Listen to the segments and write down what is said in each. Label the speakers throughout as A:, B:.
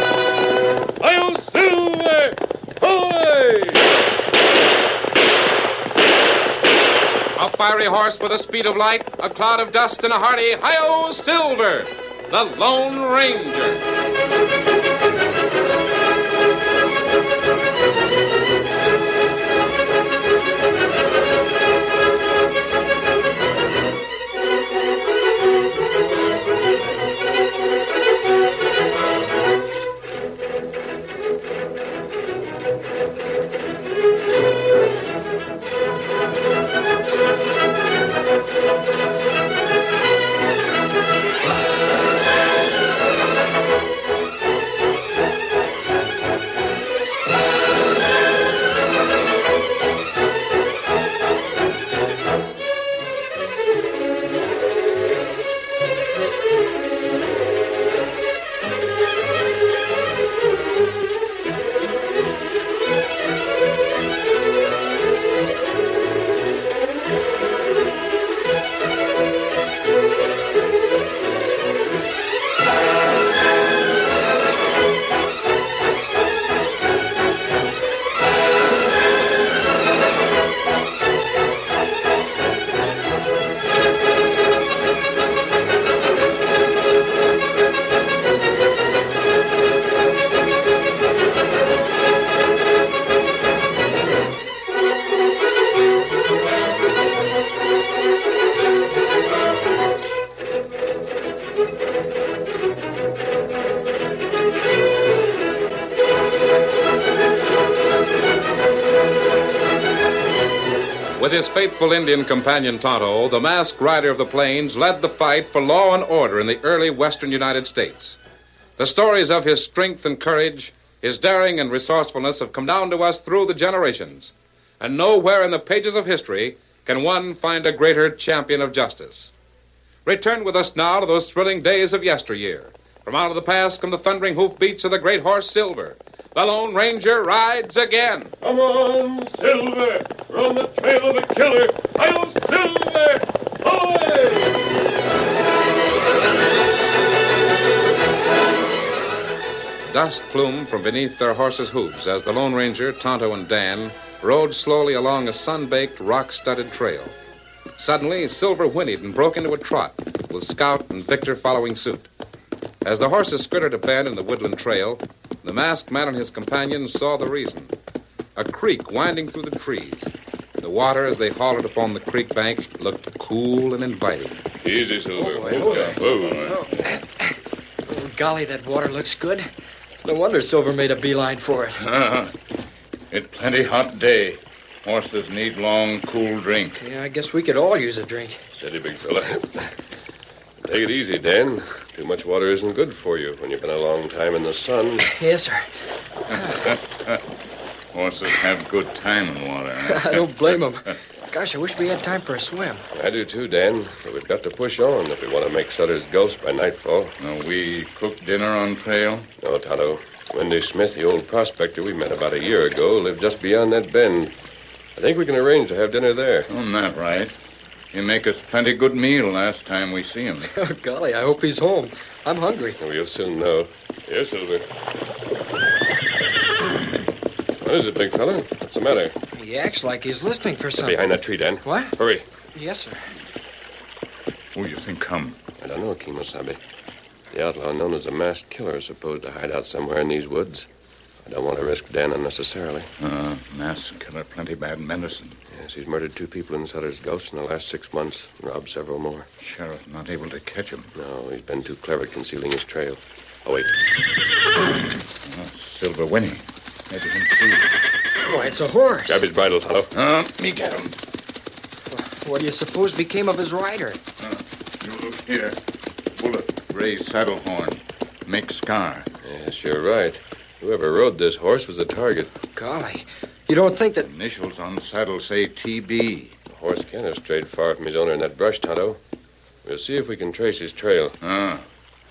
A: Hail Silver! Away! A fiery horse with the speed of light, a cloud of dust, and a hearty Hail Silver! The Lone Ranger. With his faithful Indian companion Tonto, the masked rider of the plains led the fight for law and order in the early western United States. The stories of his strength and courage, his daring and resourcefulness have come down to us through the generations. And nowhere in the pages of history can one find a greater champion of justice. Return with us now to those thrilling days of yesteryear. From out of the past come the thundering hoofbeats of the great horse Silver. The Lone Ranger rides again.
B: Come on, Silver! We're on the trail of a killer! I'll Silver! Away!
A: Dust plumed from beneath their horses' hooves as the Lone Ranger, Tonto, and Dan rode slowly along a sun-baked, rock-studded trail. Suddenly, Silver whinnied and broke into a trot, with Scout and Victor following suit. As the horses skirted a bend in the woodland trail, the masked man and his companions saw the reason. A creek winding through the trees. The water, as they halted upon the creek bank, looked cool and inviting.
B: Easy, Silver.
C: Oh,
B: Whoa,
C: boy.
B: whoa.
C: Oh, golly, that water looks good. No wonder Silver made a beeline for it.
B: Uh-huh. It's plenty hot day. Horses need long, cool drink.
C: Yeah, I guess we could all use a drink.
D: Steady, big fella. Take it easy, Dan. Too much water isn't good for you when you've been a long time in the sun.
C: Yes, sir.
B: Horses have good time in water. huh?
C: I don't blame him. Gosh, I wish we had time for a swim.
D: I do too, Dan. But we've got to push on if we want to make Sutter's Gulch by nightfall.
B: Now, we cooked dinner on trail.
D: No, Tonto. Wendy Smith, the old prospector we met about a year ago, lived just beyond that bend. I think we can arrange to have dinner there.
B: Isn't that right? He make us plenty good meal last time we see him.
C: Oh, golly, I hope he's home. I'm hungry.
D: We'll soon know. Here, Silver. What is it, big fella? What's the matter?
C: He acts like he's listening for something.
D: Behind that tree, Dan.
C: What?
D: Hurry.
C: Yes, sir.
B: Who Oh, you think come?
D: I don't know, Kimosabe. The outlaw known as the masked killer is supposed to hide out somewhere in these woods. I don't want to risk Dan unnecessarily.
B: Uh, mass killer plenty bad medicine.
D: Yes, he's murdered two people in Sutter's Gulch in the last six months and robbed several more.
B: Sheriff not able to catch him.
D: No, he's been too clever at concealing his trail. Oh, wait.
B: Oh, Silver Winnie. Maybe him too.
C: Oh, it's a horse.
D: Grab his bridle, fellow.
B: Uh, me get him.
C: What do you suppose became of his rider?
B: You look here. Bullet. Gray saddle horn. Make scar.
D: Yes, you're right. Whoever rode this horse was a target.
C: Golly. You don't think that.
B: Initials on saddle say TB.
D: The horse can't have strayed far from his owner in that brush, Tonto. We'll see if we can trace his trail.
B: Ah.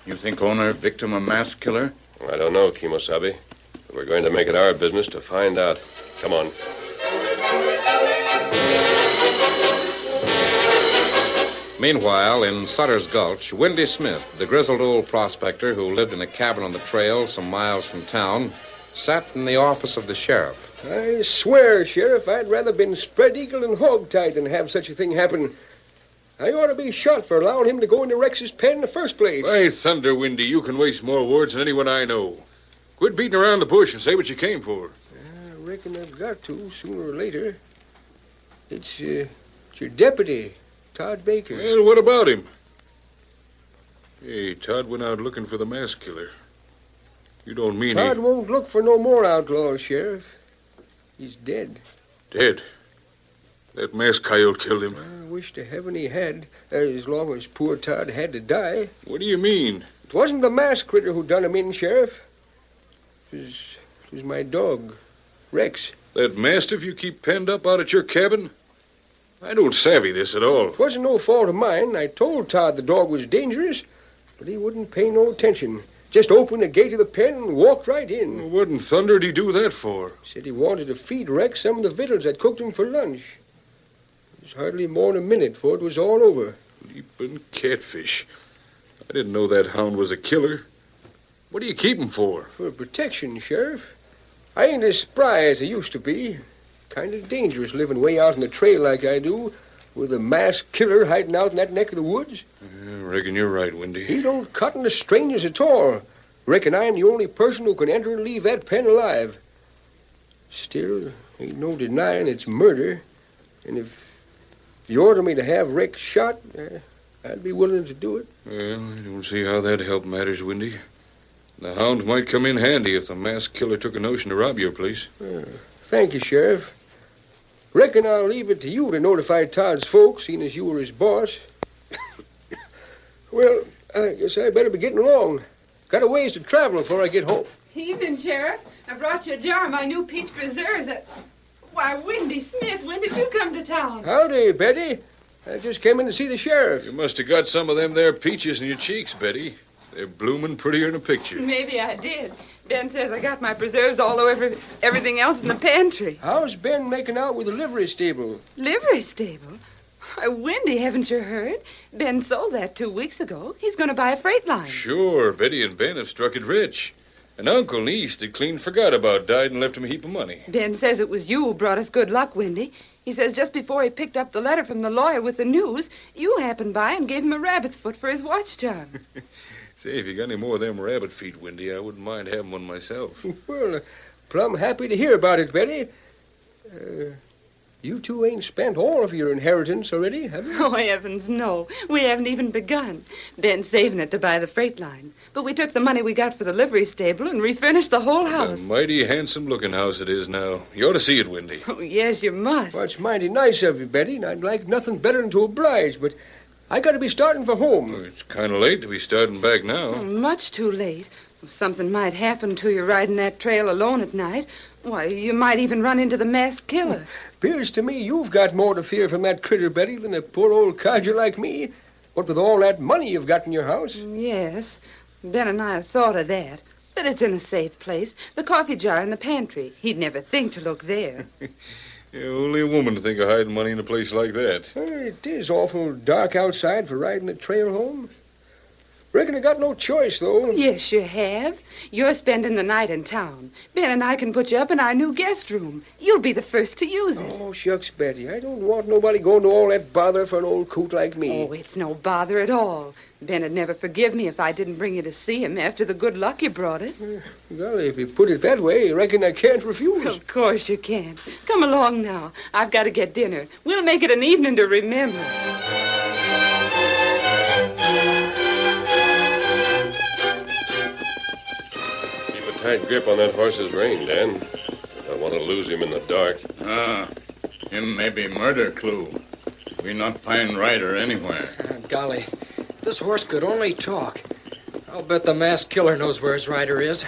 B: You think owner, victim, a masked killer?
D: I don't know, Kimosabe. But we're going to make it our business to find out. Come on.
E: Meanwhile, in Sutter's Gulch, Windy Smith, the grizzled old prospector who lived in a cabin on the trail some miles from town, sat in the office of the sheriff.
C: I swear, Sheriff, I'd rather been spread eagle and hogtied than have such a thing happen. I ought to be shot for allowing him to go into Rex's pen in the first place.
A: By thunder, Windy, you can waste more words than anyone I know. Quit beating around the bush and say what you came for.
C: I reckon I've got to sooner or later. It's, uh, it's your deputy, Todd Baker.
A: Well, what about him? Hey, Todd went out looking for the mass killer. You don't mean
C: Todd
A: he...
C: won't look for no more outlaws, Sheriff. He's dead.
A: Dead. That masked coyote killed him.
C: I wish to heaven he had, uh, as long as poor Todd had to die.
A: What do you mean?
C: It wasn't the masked critter who done him in, Sheriff. It was, it was my dog, Rex.
A: That mastiff you keep penned up out at your cabin? I don't savvy this at all.
C: It wasn't no fault of mine. I told Todd the dog was dangerous, but he wouldn't pay no attention. Just opened the gate of the pen and walked right in.
A: What in thunder did he do that for?
C: Said he wanted to feed Rex some of the victuals I'd cooked him for lunch. It was hardly more'n a minute before it was all over.
A: Leaping catfish. I didn't know that hound was a killer. What do you keep him for?
C: For protection, Sheriff. I ain't as spry as I used to be. Kind of dangerous living way out in the trail like I do, with a masked killer hiding out in that neck of the woods.
A: I reckon you're right, Windy.
C: He don't cotton to strangers at all. Reckon I'm the only person who can enter and leave that pen alive. Still, ain't no denying it's murder. And if you order me to have Rex shot, uh, I'd be willing to do it.
A: Well, I don't see how that help matters, Windy. The hound might come in handy if the masked killer took a notion to rob your place.
C: Thank you, Sheriff. Reckon I'll leave it to you to notify Todd's folks, seeing as you were his boss. well, I guess I better be getting along. Got a ways to travel before I get home.
F: Evening, Sheriff. I brought you a jar of my new peach preserves. That... Why, Windy Smith, when did you come to town?
C: Howdy, Betty. I just came in to see the sheriff.
A: You must have got some of them there peaches in your cheeks, Betty. They're blooming prettier in a picture.
F: Maybe I did. Ben says I got my preserves all over everything else in the pantry.
C: How's Ben making out with the livery stable?
F: Livery stable? Why, Wendy, haven't you heard? Ben sold that two weeks ago. He's going to buy a freight line.
A: Sure, Betty and Ben have struck it rich. An uncle and niece they clean forgot about died and left him a heap of money.
F: Ben says it was you who brought us good luck, Wendy. He says just before he picked up the letter from the lawyer with the news, you happened by and gave him a rabbit's foot for his watch charm.
A: Say, if you got any more of them rabbit feet, Windy, I wouldn't mind having one myself.
C: Well, plumb happy to hear about it, Betty. Uh, you two ain't spent all of your inheritance already, have you?
F: Oh, heavens, no. We haven't even begun. Ben's saving it to buy the freight line. But we took the money we got for the livery stable and refurnished the whole
A: A
F: house.
A: mighty handsome looking house it is now. You ought to see it, Windy.
F: Oh, yes, you must.
C: Well, it's mighty nice of you, Betty, and I'd like nothing better than to oblige, but I gotta be starting for home.
A: It's kind of late to be starting back
F: Oh,
A: now.
F: much too late. Something might happen to you riding that trail alone at night. Why, you might even run into the masked killer.
C: Appears to me you've got more to fear from that critter, Betty, than a poor old codger like me. What with all that money you've got in your house?
F: Mm, Yes, Ben and I have thought of that. But it's in a safe place. The coffee jar in the pantry. He'd never think to look there.
A: Yeah, only a woman to think of hiding money in a place like that.
C: Uh, It is awful dark outside for riding the trail home. Reckon I got no choice, though.
F: Yes, you have. You're spending the night in town. Ben and I can put you up in our new guest room. You'll be the first to use it.
C: Oh, shucks, Betty. I don't want nobody going to all that bother for an old coot like me.
F: Oh, it's no bother at all. Ben'd never forgive me if I didn't bring you to see him after the good luck you brought us.
C: Golly, if you put it that way, I reckon I can't refuse.
F: Of course you can. Come along now. I've got to get dinner. We'll make it an evening to remember.
D: Keep a tight grip on that horse's rein, Dan. I don't want to lose him in the dark.
B: Ah. Him maybe murder clue. We not find rider anywhere.
G: Ah,
C: Oh,
G: golly, this horse could only talk. I'll bet the masked killer knows where his rider is.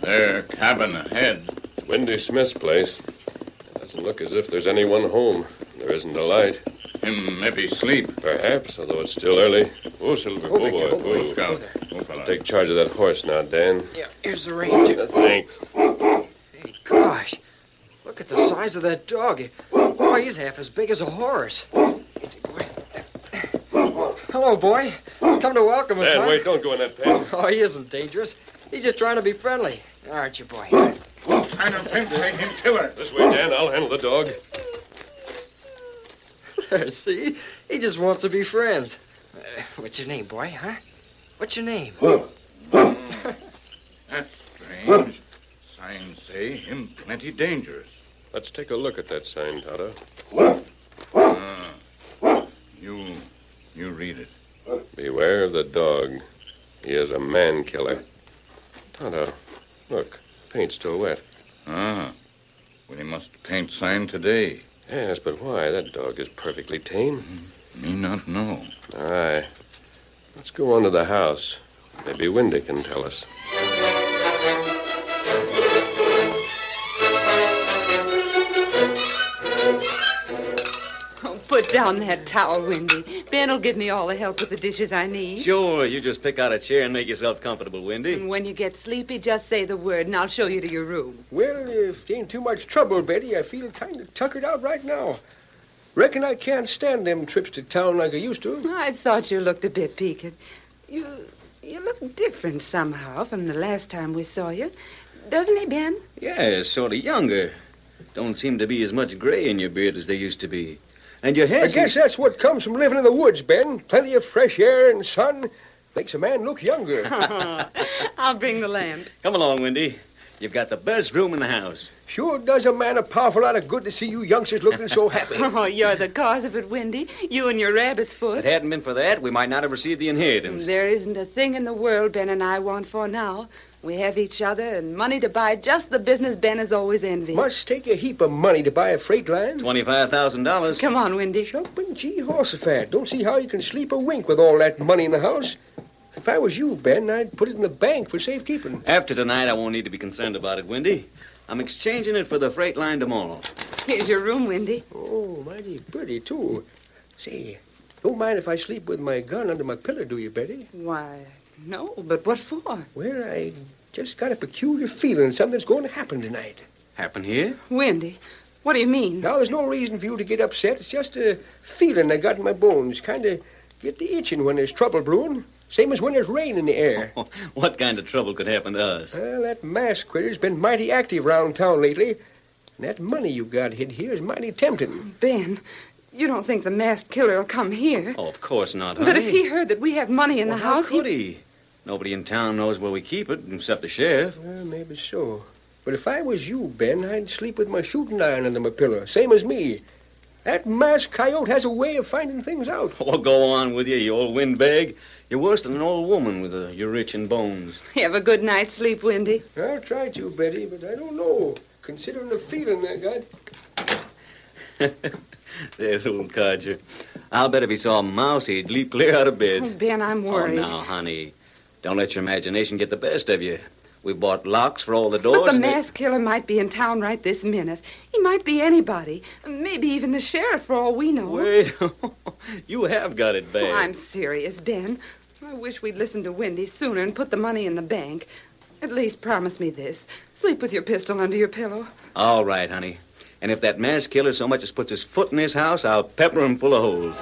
B: There, cabin ahead.
D: It's Windy Smith's place. It doesn't look as if there's anyone home. There isn't a light.
A: Him maybe sleep.
H: Perhaps, although it's still early. Whoa, Silver, whoa, boy, whoa.
A: Scout. Oh, fella.
H: Take charge of that horse now, Dan.
C: Yeah, here's the ranger.
H: Thanks.
C: Hey, gosh. Look at the size of that dog. He- Boy, he's half as big as a horse. Easy, boy. Hello, boy. Come to welcome us, huh?
H: Dan, wait, don't go in that pen.
C: Oh, he isn't dangerous. He's just trying to be friendly. Aren't you, boy?
A: Kind of pimp ain't him killer.
H: This way, Dan. I'll handle the dog.
C: There, See? He just wants to be friends. Uh, what's your name, boy, huh? What's your name?
A: That's strange. Signs say him plenty dangerous.
H: Let's take a look at that sign, Toto.
A: Ah. You, you read it.
H: Beware of the dog. He is a man killer. Toto, look. Paint's still wet.
A: Ah. Well, he must paint sign today.
H: Yes, but why? That dog is perfectly tame.
A: Me not know.
H: Aye. Let's go on to the house. Maybe Windy can tell us.
F: Oh, put down that towel, Wendy. Ben will give me all the help with the dishes I need.
B: Sure, you just pick out a chair and make yourself comfortable, Wendy.
F: And when you get sleepy, just say the word, and I'll show you to your room.
D: Well, if it ain't too much trouble, Betty, I feel kind of tuckered out right now. Reckon I can't stand them trips to town like I used to.
F: I thought you looked a bit peaked. You, you look different somehow from the last time we saw you. Doesn't he, Ben?
B: Yeah, sort of younger. Don't seem to be as much gray in your beard as there used to be. And your hair.
D: I guess that's what comes from living in the woods, Ben. Plenty of fresh air and sun makes a man look younger.
F: I'll bring the lamp.
B: Come along, Wendy. You've got the best room in the house.
D: Sure does a man a powerful lot of good to see you youngsters looking so happy.
F: Oh, you're the cause of it, Wendy. You and your rabbit's
B: If it
F: foot.
B: hadn't been for that, we might not have received the inheritance.
F: There isn't a thing in the world Ben and I want for now. We have each other and money to buy just the business Ben has always envied.
D: Must take a heap of money to buy a freight line.
B: Twenty-five thousand dollars.
F: Come on, Wendy.
D: Jumping gee, Horsefat. Don't see how you can sleep a wink with all that money in the house. If I was you, Ben, I'd put it in the bank for safekeeping.
B: After tonight, I won't need to be concerned about it, Wendy. I'm exchanging it for the freight line tomorrow.
F: Here's your room, Wendy.
D: Oh, mighty pretty, too. Say, don't mind if I sleep with my gun under my pillow, do you, Betty?
F: Why, no, but what for?
D: Well, I just got a peculiar feeling something's going to happen tonight.
B: Happen here?
F: Wendy, what do you mean?
D: Now, there's no reason for you to get upset. It's just a feeling I got in my bones. Kind of get the itching when there's trouble brewing. Same as when there's rain in the air.
B: What kind of trouble could happen to us?
D: Well, that mask quitter's been mighty active round town lately. And that money you got hid here is mighty tempting.
F: Ben, you don't think the masked killer will come here?
B: Oh, of course not, honey.
F: but if he heard that we have money in
B: Well,
F: the
B: how
F: house,
B: could he? Nobody in town knows where we keep it except the sheriff.
D: Well, maybe so. But if I was you, Ben, I'd sleep with my shooting iron under my pillow, same as me. That masked coyote has a way of finding things out.
B: Oh, go on with you, you old windbag. You're worse than an old woman with uh, your rich in bones.
F: have a good night's sleep, Wendy.
D: I'll try to, Betty, but I don't know. Considering the feeling I got.
B: there, little codger. I'll bet if he saw a mouse, he'd leap clear out of
F: Oh,
B: bed.
F: Ben, I'm worried.
B: Oh, now, honey, don't let your imagination get the best of you. We bought locks for all the doors.
F: But the
B: and they-
F: masked killer might be in town right this minute. He might be anybody. Maybe even the sheriff, for all we know.
B: Wait, you have got it bad.
F: Oh, I'm serious, Ben. I wish we'd listened to Wendy sooner and put the money in the bank. At least promise me this. Sleep with your pistol under your pillow.
B: All right, honey. And if that masked killer so much as puts his foot in his house, I'll pepper him full of holes.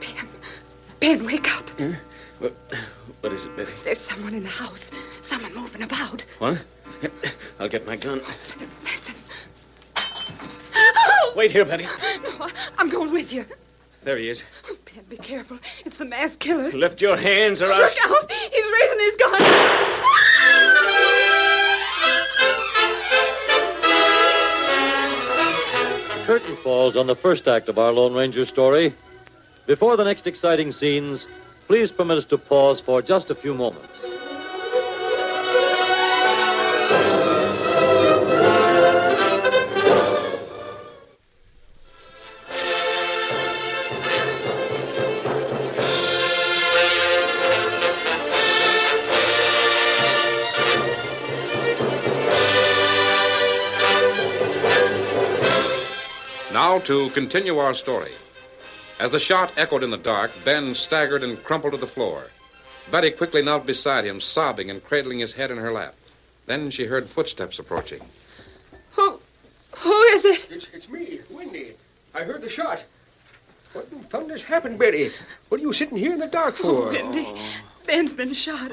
F: Ben. Ben, wake up.
B: What, what is it, Betty?
F: There's someone in the house. Someone moving about.
B: What? I'll get my gun.
F: Listen.
B: Wait here, Betty.
F: No, I'm going with you.
B: There he is.
F: Ben, be careful. It's the masked killer.
B: Lift your hands or I'll.
F: Look out! He's raising his gun.
I: The curtain falls on the first act of our Lone Ranger story. Before the next exciting scenes, please permit us to pause for just a few moments.
J: Now, to continue our story. As the shot echoed in the dark, Ben staggered and crumpled to the floor. Betty quickly knelt beside him, sobbing and cradling his head in her lap. Then she heard footsteps approaching.
F: Who, who is it?
K: It's, it's me, Wendy. I heard the shot. What in thunder's happened, Betty? What are you sitting here in the dark for?
F: Oh, Wendy, Ben's been shot.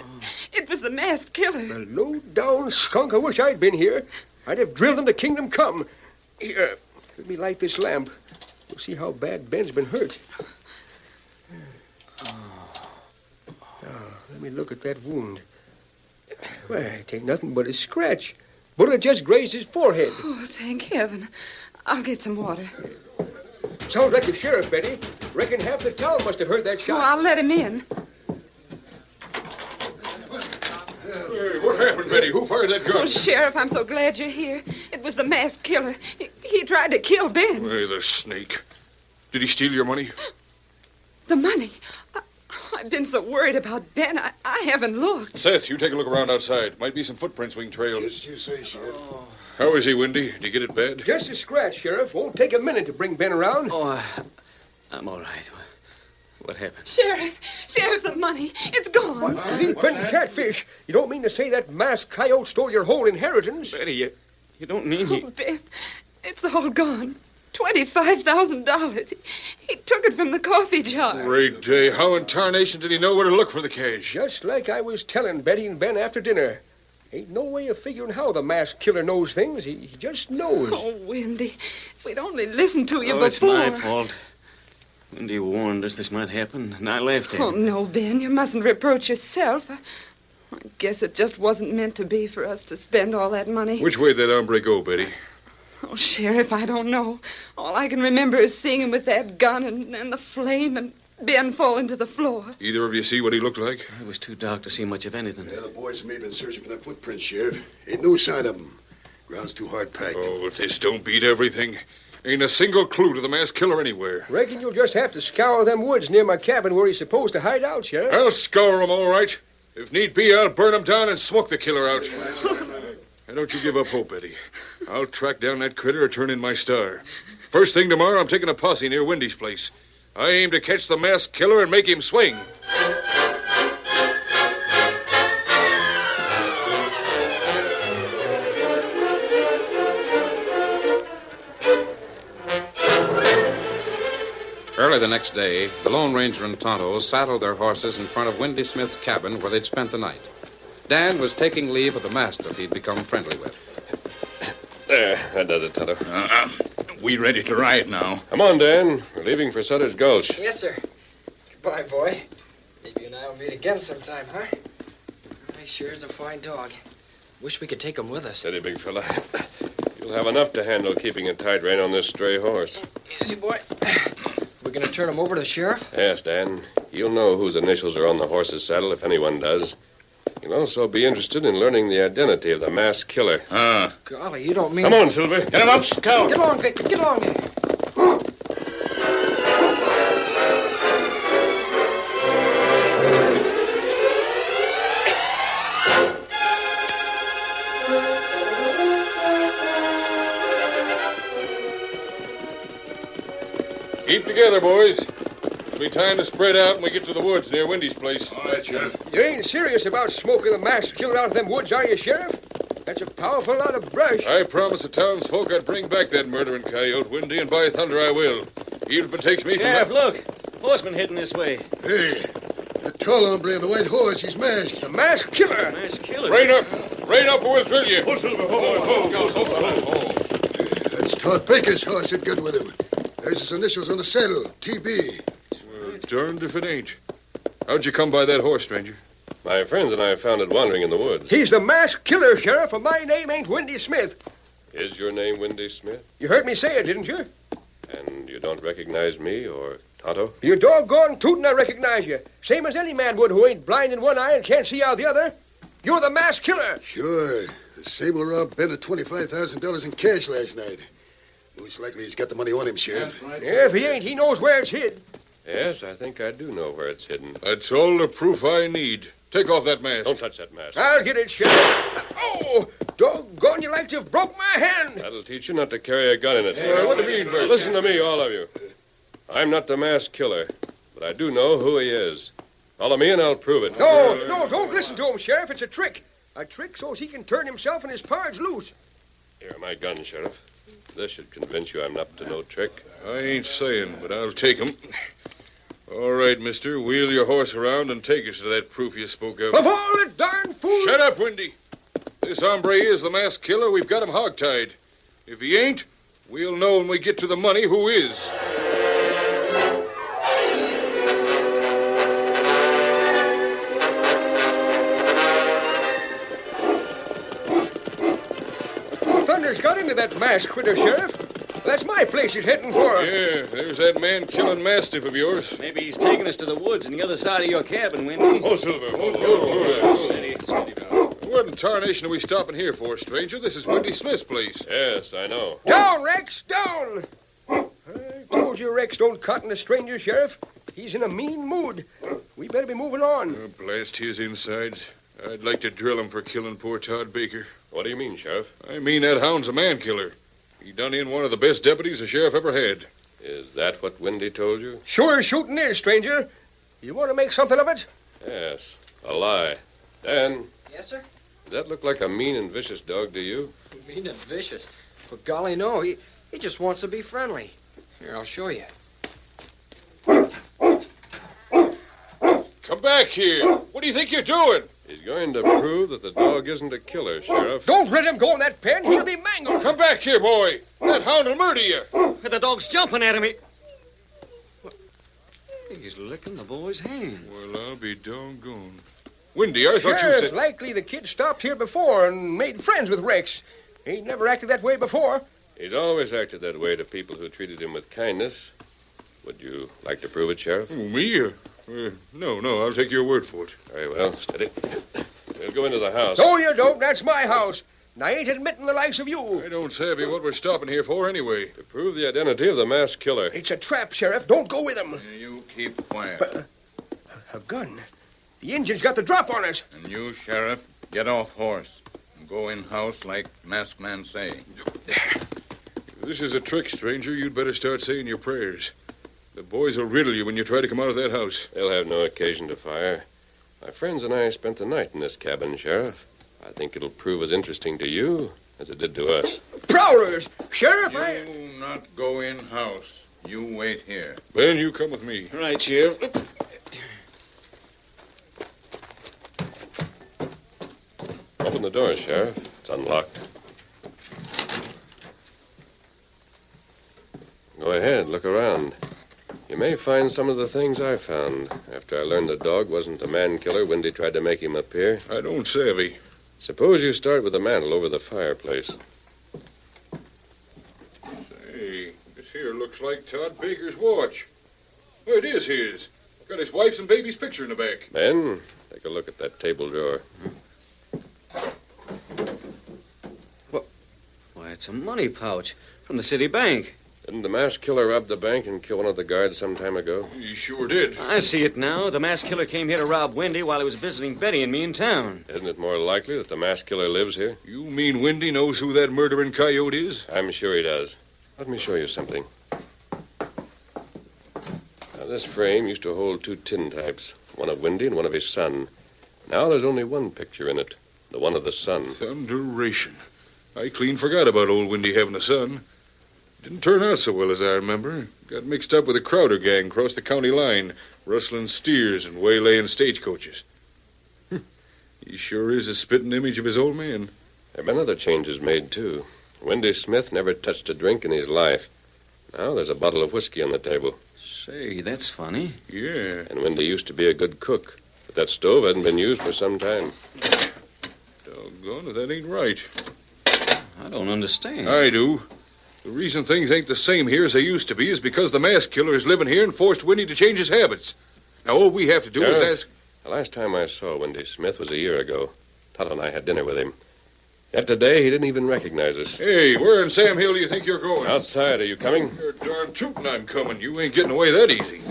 F: It was the masked killer.
K: The low down skunk. I wish I'd been here. I'd have drilled him to kingdom come. Here, let me light this lamp. We'll see how bad Ben's been hurt. Now, let me look at that wound. Well, it ain't nothing but a scratch. Bullet just grazed his forehead.
F: Oh, thank heaven. I'll get some water.
K: Sounds like the sheriff, Betty. Reckon half the town must have heard that
F: Oh,
K: shot.
F: I'll let him in.
L: Hey, what happened, Betty? Who fired that
F: Oh,
L: gun?
F: Sheriff, I'm so glad you're here. It was the masked killer. He, he tried to kill Ben.
L: Hey, the snake. Did he steal your money?
F: The money. I, I've been so worried about Ben, I, I haven't looked.
A: Seth, you take a look around outside. Might be some footprints we can trail. Yes, you say, Sheriff. How is he, Windy? Did he get it bad?
K: Just a scratch, Sheriff. Won't take a minute to bring Ben around.
B: Oh, I'm all right. What happened?
F: Sheriff, Sheriff, the money. It's gone.
K: Ben Catfish, you don't mean to say that masked coyote stole your whole inheritance?
B: Betty, you, you don't mean
F: Oh, Ben, it's all gone. $25,000. He, he took it from the coffee jar.
A: Great day. How in tarnation did he know where to look for the cash?
K: Just like I was telling Betty and Ben after dinner. Ain't no way of figuring how the masked killer knows things. He, he just knows.
F: Oh, Wendy, if we'd only listened to you
B: Oh,
F: before.
B: it's my fault. Wendy warned us this might happen, and I left him.
F: Oh, no, Ben, you mustn't reproach yourself. I, I guess it just wasn't meant to be for us to spend all that money.
A: Which way did that hombre go, Betty?
F: Oh, Sheriff, I don't know. All I can remember is seeing him with that gun and, and the flame and Ben falling to the floor.
A: Either of you see what he looked like?
B: It was too dark to see much of anything.
M: Yeah, the boys may have been searching for that footprint, Sheriff. Ain't no sign of 'em. Ground's too hard packed.
A: Oh, if this don't beat everything. Ain't a single clue to the masked killer anywhere.
K: Reckon you'll just have to scour them woods near my cabin where he's supposed to hide out, Sheriff.
A: I'll scour 'em all right. If need be, I'll burn 'em down and smoke the killer out. now, don't you give up hope, Eddie. I'll track down that critter or turn in my star. First thing tomorrow, I'm taking a posse near Wendy's place. I aim to catch the masked killer and make him swing.
J: Early the next day, the Lone Ranger and Tonto saddled their horses in front of Windy Smith's cabin where they'd spent the night. Dan was taking leave of the mastiff he'd become friendly with.
D: There, that does it, Tonto.
L: Uh, we ready to ride now.
D: Come on, Dan. We're leaving for Sutter's Gulch.
C: Yes, sir. Goodbye, boy. Maybe you and I will meet again sometime, huh? He sure is a fine dog. Wish we could take him with us.
D: Steady, big fella. You'll have enough to handle keeping a tight rein on this stray horse.
C: Easy, boy. We're going to turn him over to the sheriff?
D: Yes, Dan. You'll know whose initials are on the horse's saddle if anyone does. You'll also be interested in learning the identity of the masked killer. Ah.
C: Golly, you don't mean...
D: Come on, Silver. Get him up,
C: Get along, Vic. Get along.
A: Keep together, boys. It'll be time to spread out when we get to the woods near Wendy's place.
L: All right, Sheriff.
K: You ain't serious about smoking the masked killer out of them woods, are you, Sheriff? That's a powerful lot of brush.
A: I promised the townsfolk I'd bring back that murdering coyote, Windy, and by thunder I will. Even if it takes me.
B: Sheriff, look. Horseman heading this way.
M: Hey, that tall hombre on the white horse, he's masked.
K: The masked killer.
B: Masked killer.
A: Rain up! Rain up or we'll drill you!
M: That's Todd Baker's horse that got with him. There's his initials on the saddle, TB.
A: Darned if it ain't. How'd you come by that horse, stranger?
D: My friends and I found it wandering in the woods.
K: He's the masked killer, Sheriff, and my name ain't Wendy Smith.
D: Is your name Windy Smith?
K: You heard me say it, didn't you?
D: And you don't recognize me or Tonto?
K: You're doggone tootin' I recognize you. Same as any man would who ain't blind in one eye and can't see out the other. You're the masked killer.
M: Sure. The Sable robbed Ben of $25,000 in cash last night. Most likely he's got the money on him, Sheriff.
K: If he ain't, he knows where it's hid.
D: Yes, I think I do know where it's hidden.
A: That's all the proof I need. Take off that mask.
N: Oh,
D: Don't touch that mask.
K: I'll get it, Sheriff. Oh!
C: Doggone you like to have broke my hand.
D: That'll teach you not to carry a gun in it.
C: Hey, what do you mean, Bert?
D: Listen to me, all of you. I'm not the masked killer, but I do know who he is. Follow me, and I'll prove it.
C: No, no, don't listen to him, Sheriff. It's a trick. A trick so's he can turn himself and his pards loose.
D: Here, my gun, Sheriff. This should convince you I'm up to no trick.
N: I ain't saying, but I'll take 'em. All right, mister. Wheel your horse around and take us to that proof you spoke of.
O: Of all the darn fools.
N: Shut up, Windy. This hombre is the masked killer. We've got him hogtied. If he ain't, we'll know when we get to the money who is.
C: Thunder's got into that masked critter, Sheriff. That's my place he's heading for.
N: Yeah, there's that man killing mastiff of yours.
B: Maybe he's taking us to the woods on the other side of your cabin, Wendy.
N: Oh, Silver. Oh, What in tarnation are we stopping here for, stranger? This is Windy Smith's place.
D: Yes, I know.
C: Down, Rex, down! I told you Rex don't cotton a stranger, Sheriff. He's in a mean mood. We better be moving on.
N: Blast his insides. I'd like to drill him for killing poor Todd Baker.
D: What do you mean, Sheriff?
N: I mean that hound's a man killer. He done in one of the best deputies the sheriff ever had.
D: Is that what Windy told you?
C: Sure shooting is, stranger. You want to make something of it?
D: Yes, a lie. Dan,
P: Yes, sir?
D: does that look like a mean and vicious dog to you?
P: You mean and vicious. But golly, no. He, he just wants to be friendly. Here, I'll show you.
D: Come back here! What do you think you're doing? He's going to prove that the dog isn't a killer, Sheriff.
C: Don't let him go in that pen. He'll be mangled.
D: Come back here, boy! That hound will murder you!
B: The dog's jumping at him. He- He's licking the boy's hand.
N: Well, I'll be doggone. Windy, I thought
C: Sheriff,
N: you said.
C: likely the kid stopped here before and made friends with Rex. He never acted that way before.
D: He's always acted that way to people who treated him with kindness. Would you like to prove it, Sheriff?
N: Oh, me? Uh, uh, no, no, I'll take your word for it.
D: Very well, steady. We'll go into the house.
C: No, you don't. That's my house. And I ain't admitting the likes of you.
N: I don't savvy what we're stopping here for anyway.
D: To prove the identity of the masked killer.
C: It's a trap, Sheriff. Don't go with him. uh,
Q: You keep quiet.
C: A gun. The engine's got the drop on us.
Q: And you, Sheriff, get off horse and go in house like masked man say.
N: If This is a trick, stranger. You'd better start saying your prayers. The boys will riddle you when you try to come out of that house.
D: They'll have no occasion to fire. My friends and I spent the night in this cabin, Sheriff. I think it'll prove as interesting to you as it did to us.
C: Prowlers! Sheriff, I...
Q: You not go in house. You wait here.
N: Ben, you come with me.
B: Right, Sheriff.
D: Open the door, Sheriff. It's unlocked. Go ahead, look around. You may find some of the things I found after I learned the dog wasn't the man killer Wendy tried to make him appear.
N: I don't savvy.
D: Suppose you start with the mantle over the fireplace.
N: Hey, this here looks like Todd Baker's watch. Well, it is his. Got his wife's and baby's picture in the back.
D: Then, take a look at that table drawer.
B: Why, it's a money pouch from the city bank.
D: Didn't the masked killer rob the bank and kill one of the guards some time ago?
N: He sure did.
B: I see it now. The masked killer came here to rob Wendy while he was visiting Betty and me in town.
D: Isn't it more likely that the masked killer lives here?
N: You mean Windy knows who that murdering coyote is?
D: I'm sure he does. Let me show you something. Now, this frame used to hold two tintypes, one of Windy and one of his son. Now there's only one picture in it, the one of the son.
N: Thunderation. I clean forgot about old Windy having a son. Didn't turn out so well as I remember. Got mixed up with the Crowder gang across the county line, rustling steers and waylaying stagecoaches. Hmm. he sure is a spitting image of his old man.
D: There have been other changes made, too. Windy Smith never touched a drink in his life. Now there's a bottle of whiskey on the table.
B: Say, that's funny.
N: Yeah.
D: And Windy used to be a good cook, but that stove hadn't been used for some time.
N: Doggone it, that ain't right.
B: I don't understand.
N: I do. The reason things ain't the same here as they used to be is because the mass killer is living here and forced Windy to change his habits. Now, all we have to do is
D: Sheriff.
N: ask.
D: The last time I saw Windy Smith was a year ago. Todd and I had dinner with him. Yet today he didn't even recognize us.
N: Hey, where in Sam Hill do you think you're going?
D: Outside, are you coming?
N: You're darn tootin' I'm coming. You ain't getting away that easy.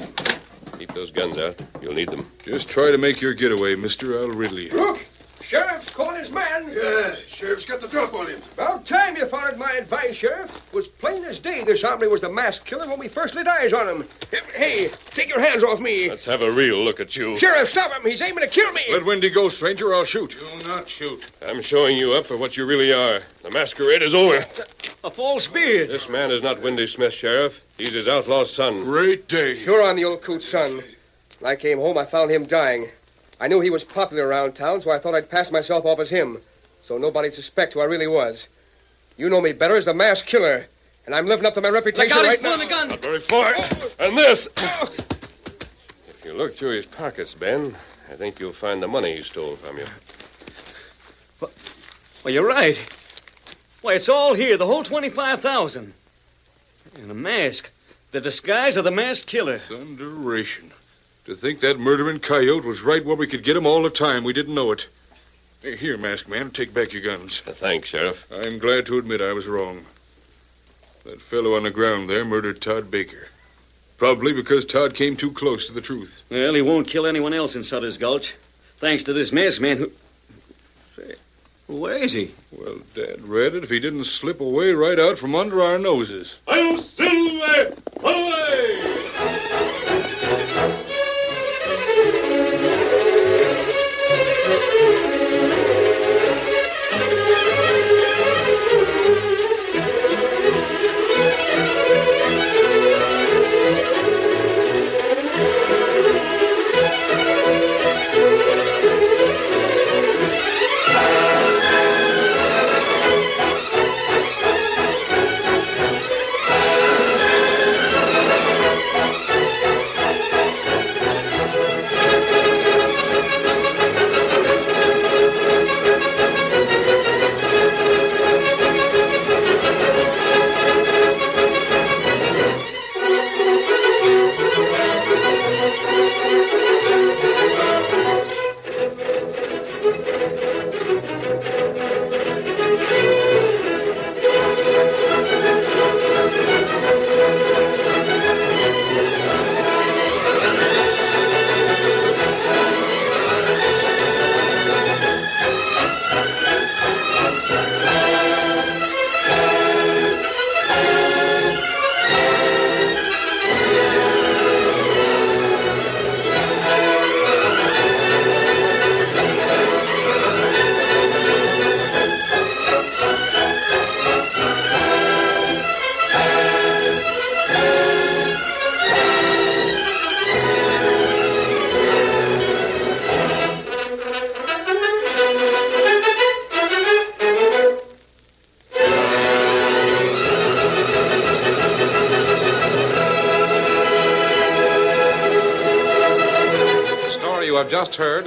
D: Keep those guns out. You'll need them.
M: Ah,
N: Just try to make your getaway, mister. I'll riddle you.
C: Look! Sheriff, call his man.
R: Yeah, Sheriff's got the drop on him.
C: About time you followed my advice, Sheriff. It was plain as day this hombre was the masked killer when we first laid eyes on him. Hey, take your hands off me.
D: Let's have a real look at you.
C: Sheriff, stop him. He's aiming to kill me.
D: Let Wendy go, stranger. I'll shoot.
Q: Do not shoot.
D: I'm showing you up for what you really are. The masquerade is over.
C: A false beard.
D: This man is not Windy Smith, Sheriff. He's his outlaw son.
Q: Great day.
C: Sure on the old coot's son. When I came home, I found him dying. I knew he was popular around town, so I thought I'd pass myself off as him, so nobody'd suspect who I really was. You know me better as the masked killer, and I'm living up to my reputation
D: out, he's
C: right now.
D: pulling Not very far. And this. If you look through his pockets, Ben, I think you'll find the money he stole from you.
S: Well, you're right. Why, it's all here, the whole 25,000. And a mask. The disguise of the masked killer.
N: Duration. To think that murdering coyote was right where we could get him all the time. We didn't know it. Hey, Here, masked man, take back your guns.
D: Thanks, Sheriff.
N: I'm glad to admit I was wrong. That fellow on the ground there murdered Todd Baker. Probably because Todd came too close to the truth.
S: Well, he won't kill anyone else in Sutter's Gulch. Thanks to this masked man who. Say, Where is he?
N: Well, Dad read it if he didn't slip away right out from under our noses.
O: I'll Silver! Away!
A: The story you have just heard